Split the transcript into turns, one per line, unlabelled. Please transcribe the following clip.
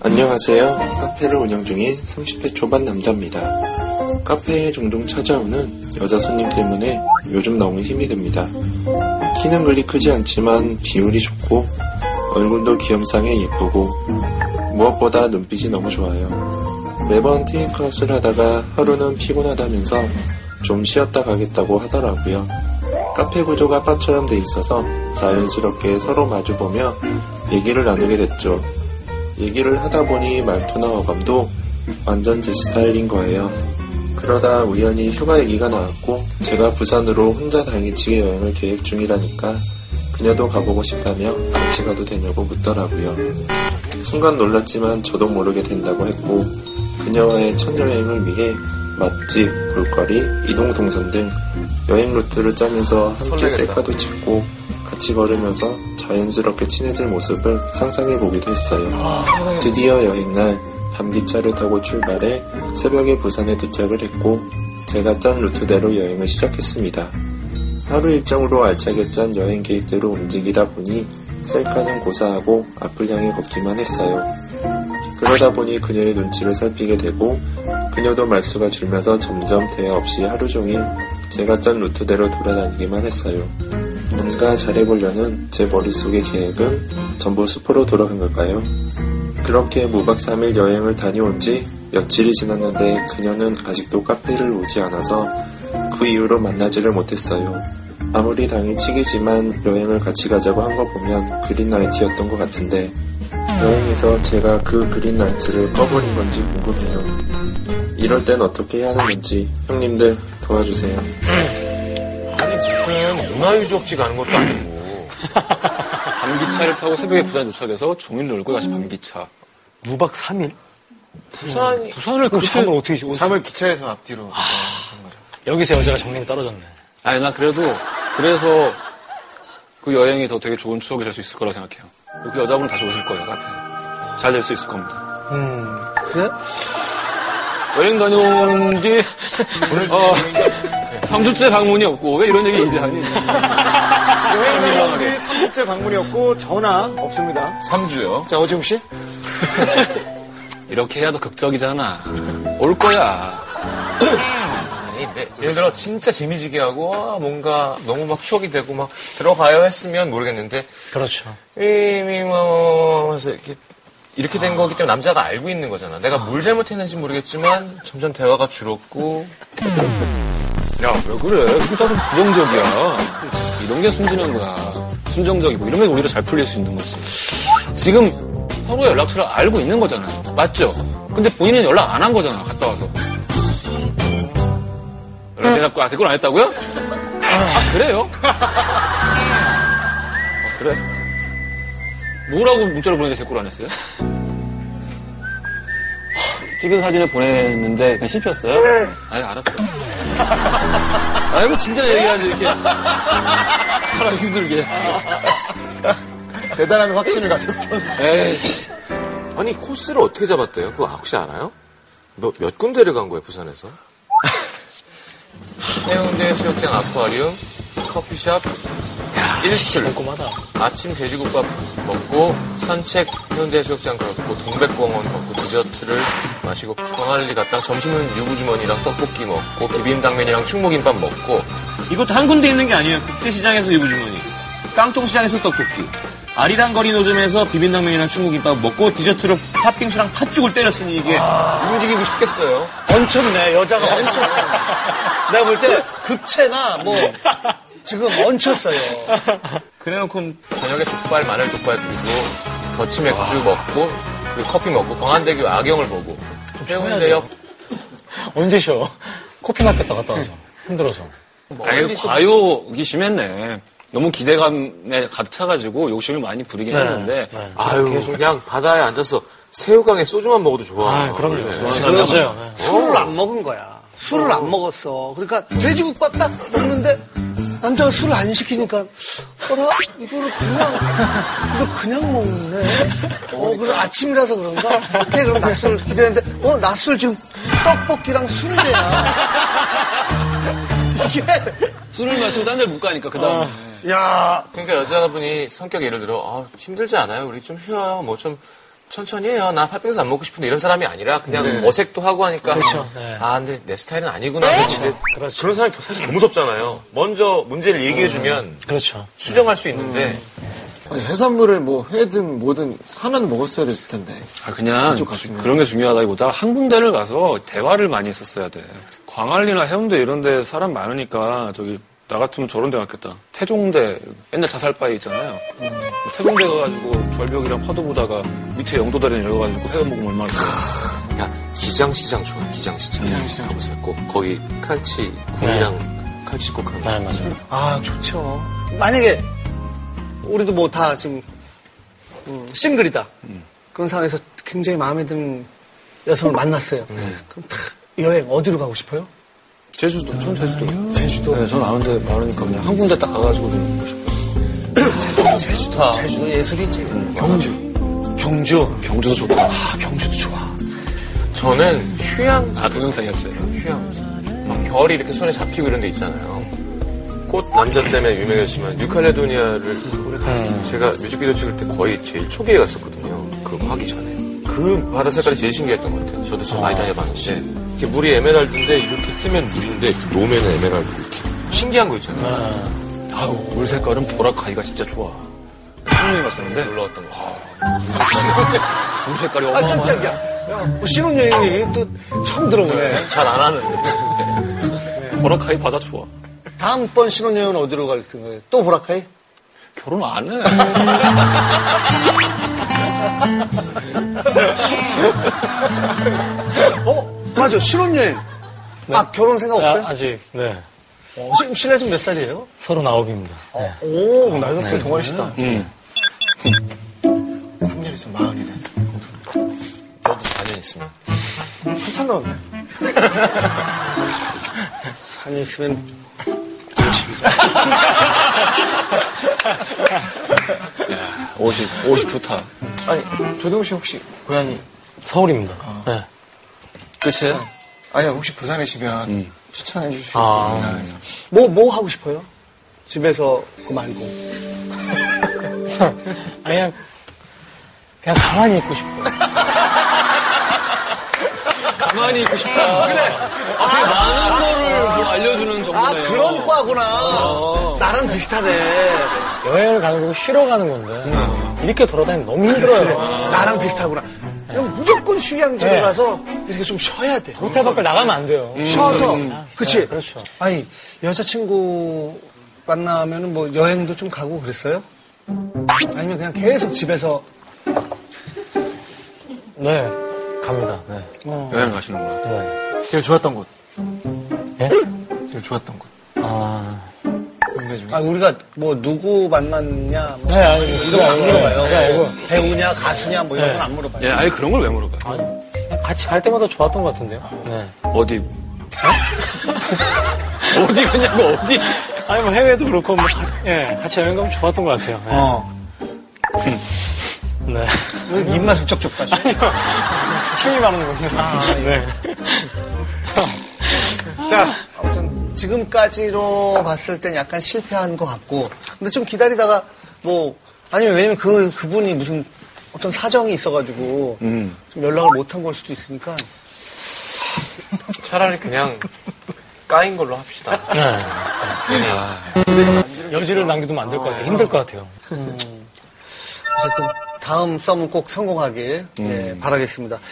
안녕하세요. 카페를 운영 중인 30대 초반 남자입니다. 카페에 종종 찾아오는 여자 손님 때문에 요즘 너무 힘이 듭니다. 키는 그리 크지 않지만 비율이 좋고 얼굴도 귀염상에 예쁘고 무엇보다 눈빛이 너무 좋아요. 매번 테이크아웃을 하다가 하루는 피곤하다면서 좀 쉬었다 가겠다고 하더라고요. 카페 구조가 빠처럼 돼 있어서 자연스럽게 서로 마주보며 얘기를 나누게 됐죠. 얘기를 하다 보니 말투나 어감도 완전 제 스타일인 거예요. 그러다 우연히 휴가 얘기가 나왔고 제가 부산으로 혼자 당일치기 여행을 계획 중이라니까 그녀도 가보고 싶다며 같이 가도 되냐고 묻더라고요. 순간 놀랐지만 저도 모르게 된다고 했고 그녀와의 첫 여행을 위해 맛집, 볼거리, 이동 동선 등 여행 루트를 짜면서 함께
설레겠다.
셀카도 찍고 같이 걸으면서 자연스럽게 친해질 모습을 상상해 보기도 했어요. 드디어 여행날 밤기차를 타고 출발해 새벽에 부산에 도착을 했고 제가 짠 루트대로 여행을 시작했습니다. 하루 일정으로 알차게 짠 여행 계획대로 움직이다 보니 셀카는 고사하고 앞을 향해 걷기만 했어요. 그러다 보니 그녀의 눈치를 살피게 되고 그녀도 말수가 줄면서 점점 대화 없이 하루 종일 제가 짠 루트대로 돌아다니기만 했어요. 뭔가 잘해보려는 제 머릿속의 계획은 전부 수포로 돌아간 걸까요? 그렇게 무박 3일 여행을 다녀온 지 며칠이 지났는데 그녀는 아직도 카페를 오지 않아서 그 이후로 만나지를 못했어요. 아무리 당일치기지만 여행을 같이 가자고 한 거 보면 그린라이트였던 것 같은데 여행에서 제가 그 그린라이트를 꺼버린 건지 궁금해요. 이럴 땐 어떻게 해야 하는 건지 형님들 도와주세요.
아니 무슨 문화유적지 가는 것도 아니고
밤기차를 타고 새벽에 부산 도착해서 종일 놀고
음.
다시 밤기차.
무박 3일?
부산이
부산을
그럼
그렇게
잠을 어떻게 쉬고?
잠을 기차에서 앞뒤로
아, 여기서 여자가 정신이 떨어졌네.
아니 난 그래도 그래서 그 여행이 더 되게 좋은 추억이 될 수 있을 거라고 생각해요. 그 여자분 다시 오실 거예요 카페. 잘 될 수 있을 겁니다.
음, 그래?
여행 다녀온 게 어, 3주째 방문이 없고 왜 이런 얘기 이제 하니? 음.
여행이 3주째 방문이었고 전화 없습니다.
3주요 자 오지웅 씨
이렇게 해야 더 극적이잖아. 올 거야.
아니 네. 예를 들어 진짜 재미지게 하고 아, 뭔가 너무 막 추억이 되고 막 들어가요 했으면 모르겠는데
그렇죠.
이미마 뭐 해서 이렇게 이렇게 된 거기 때문에 남자가 알고 있는 거잖아 내가 뭘 잘못했는지 모르겠지만 점점 대화가 줄었고
야 왜 그래? 그게 따로 부정적이야. 이런 게 순진한 거야. 순정적이고 이런 게 오히려 잘 풀릴 수 있는 거지. 지금 서로의 연락처를 알고 있는 거잖아. 맞죠? 근데 본인은 연락 안 한 거잖아. 갔다 와서. 연락 대답 아, 댓글 안 했다고요? 아 그래요? 아 그래? 뭐라고 문자를 보내는데 댓글 안 했어요? 찍은 사진을 보냈는데 그냥 씹혔어요? 아니 알았어. 아니 뭐 진짜 얘기하지 이렇게 사람 힘들게.
대단한 확신을 가졌던.
에이씨.
아니 코스를 어떻게 잡았대요 그거 혹시 알아요 몇, 몇 군데를 간 거예요 부산에서 해운대 수욕장 아쿠아리움 커피숍 일출
꼼꼼하다.
아침 돼지국밥 먹고 산책 해운대 해수욕장 걷고 동백공원 걷고 디저트를 마시고 광안리 갔다 점심은 유부주머니랑 떡볶이 먹고 비빔당면이랑 충무김밥 먹고
이것도 한 군데 있는 게 아니에요. 국제시장에서 유부주머니, 깡통시장에서 떡볶이, 아리랑 거리 노점에서 비빔당면이랑 중국김밥 먹고 디저트로 팥빙수랑 팥죽을 때렸으니 이게
움직이고 싶겠어요.
얹혔네, 여자가 얹혔어. 내가 볼 때 급체나 뭐, 지금 얹혔어요.
그래놓고
저녁에 족발 마늘 족발 그리고 더치맥주 먹고 그리고 커피 먹고 광안대교 야경을 보고 해운대 옆
언제 쉬어? 코피 났겠다 갔다 와서 힘들어서.
아니 과욕이 심했네. 너무 기대감에 가득 차가지고 욕심을 많이 부리긴 했는데
네.
아유 그냥 바다에 앉아서 새우깡에 소주만 먹어도 좋아.
아, 그럼요.
원래.
좋아하는
맞아요.
사람이
네.
술을 안 먹은 거야. 술을 안 먹었어. 그러니까 돼지국밥 딱 먹는데 남자가 술을 안 시키니까 어라 이거를 그냥 이거 그냥 먹네. 어 그래 아침이라서 그런가? 오케이 그럼 낮술 기대했는데 어 낮술 지금 떡볶이랑 순대야. 이게
술을 마시고 딴 데를 못 가니까 그 다음에
야
아, 그러니까 여자분이 성격 예를 들어 아, 힘들지 않아요? 우리 좀 쉬어요. 뭐 좀 천천히 해요. 나 팥빙수 안 먹고 싶은데 이런 사람이 아니라 그냥 어색도 하고 하니까
그렇죠. 네.
아 근데 내 스타일은 아니구나.
네?
그런
그렇죠.
사람이 더 사실 더 무섭잖아요. 먼저 문제를 얘기해주면
그렇죠.
수정할 수 있는데
아니, 해산물을 뭐 회든 뭐든 하나는 먹었어야 됐을 텐데.
아, 그냥
이쪽 같은
그런 게 중요하다기보다 한 군데를 가서 대화를 많이 했었어야 돼. 광안리나 해운대 이런 데 사람 많으니까 저기 나 같으면 저런 데 갔겠다. 태종대 옛날 자살 바위 있잖아요. 태종대 가가지고 절벽이랑 파도 보다가 밑에 영도다리 내려가지고 회원 먹으면 얼마나 좋아.
야, 기장시장 좋아, 기장시장. 기장시장. 가보세요. 꼭, 거기 칼치,
네.
굴이랑 칼치국 하는
네, 맞아요.
아, 좋죠. 만약에, 우리도 뭐 다 지금, 음, 싱글이다. 그런 상황에서 굉장히 마음에 드는 여성을 만났어요. 그럼 탁, 여행 어디로 가고 싶어요?
제주도, 전 제주도. 제주도. 네, 전 아는데 많으니까 그냥 한 군데 딱 가가지고 좀 먹고 싶어요.
아, 제주도. 제주도 예술이지. 경주. 경주.
경주도 좋다.
아, 경주도 좋아.
저는 휴양,
아, 동영상이었어요.
휴양. 막 별이 이렇게 손에 잡히고 이런 데 있잖아요. 꽃 남자 때문에 유명했지만, 뉴칼레도니아를 제가 뮤직비디오 찍을 때 거의 제일 초기에 갔었거든요. 그거 하기 전에. 그 바다 색깔이 제일 신기했던 것 같아요. 저도 참 많이 다녀봤는데, 이렇게 물이 에메랄드인데, 이렇게 뜨면 물인데, 이렇게 놓으면 에메랄드 이렇게. 신기한 거 있잖아요.
아우, 물 색깔은 보라카이가 진짜 좋아. 신문이 봤었는데
놀러 왔던 거.
물 색깔이
아,
어마어마해.
깜짝이야. 야, 뭐 신혼여행 얘기 또 처음 들어보네.
잘 안 하는데.
보라카이 바다 좋아.
다음번 신혼여행은 어디로 갈 거예요? 또 보라카이?
결혼 안 해.
어? 맞아, 신혼여행. 아, 결혼 생각 없어요?
아, 아직, 네.
어, 지금 실례 좀몇 살이에요?
서른아홉입니다. 네.
오, 나이가 진짜 동아리시다.
음.
3년 있으면 마흔이 돼.
저도 4년 있으면.
한참 남았네. 4년 있으면
야, 50, 50 좋다.
아니, 조동욱 씨 혹시 고향이,
서울입니다.
어.
네.
끝이에요?
아니야, 혹시 부산이시면 추천해 주실
아.
분이 있나요?
뭐, 뭐 하고 싶어요? 집에서 그거 말고.
아니, 그냥, 그냥 가만히 있고 싶어요.
가만히 있고
아,
싶다. 그래. 앞에 많은 거를 뭐 알려주는 정도네요.
아, 그런
어.
과구나. 나랑 비슷하네.
여행을 가는 거고 쉬러 가는
음.
건데, 이렇게 돌아다니면 너무 힘들어요.
나랑 비슷하구나. 그냥 무조건 휴양지로
네.
가서 이렇게 좀 쉬어야 돼.
호텔 밖을 나가면 안 돼요.
음.
쉬어서. 그치?
네, 그렇죠.
아니, 여자친구 만나면 뭐 여행도 좀 가고 그랬어요? 아니면 그냥 계속 집에서.
네, 갑니다. 네.
어.
여행 가시는 거야.
네.
제일 좋았던 곳.
예?
제일 좋았던 곳.
아.
군대 중에.
아, 우리가 뭐 누구 만났냐, 뭐
네, 아니,
이런 거 안 물어봐요.
네, 알고.
배우냐, 가수냐, 뭐 이런
네.
건 안 물어봐요.
예, 아예 그런 걸 왜 물어봐? 요
아니, 같이 갈 때마다 좋았던 것 같은데요. 네.
어디? 어디 가냐고, 어디?
아니, 뭐 해외도 그렇고, 뭐, 가- 예, 같이 여행 가면 좋았던 것 같아요. 네.
어.
네.
왜 입맛 쩍쩍 다시.
취미 많은 거군요. 네.
자, 아무튼 지금까지로 봤을 땐 약간 실패한 것 같고, 근데 좀 기다리다가 뭐 아니면 왜냐면 그 그분이 무슨 어떤 사정이 있어가지고 좀 연락을 못 한 걸 수도 있으니까
차라리 그냥 까인 걸로 합시다.
네.
아.
여지를 남겨두면 안 될 것 같아요. 힘들 것 같아요.
어쨌든 다음 썸은 꼭 성공하길 예, 바라겠습니다.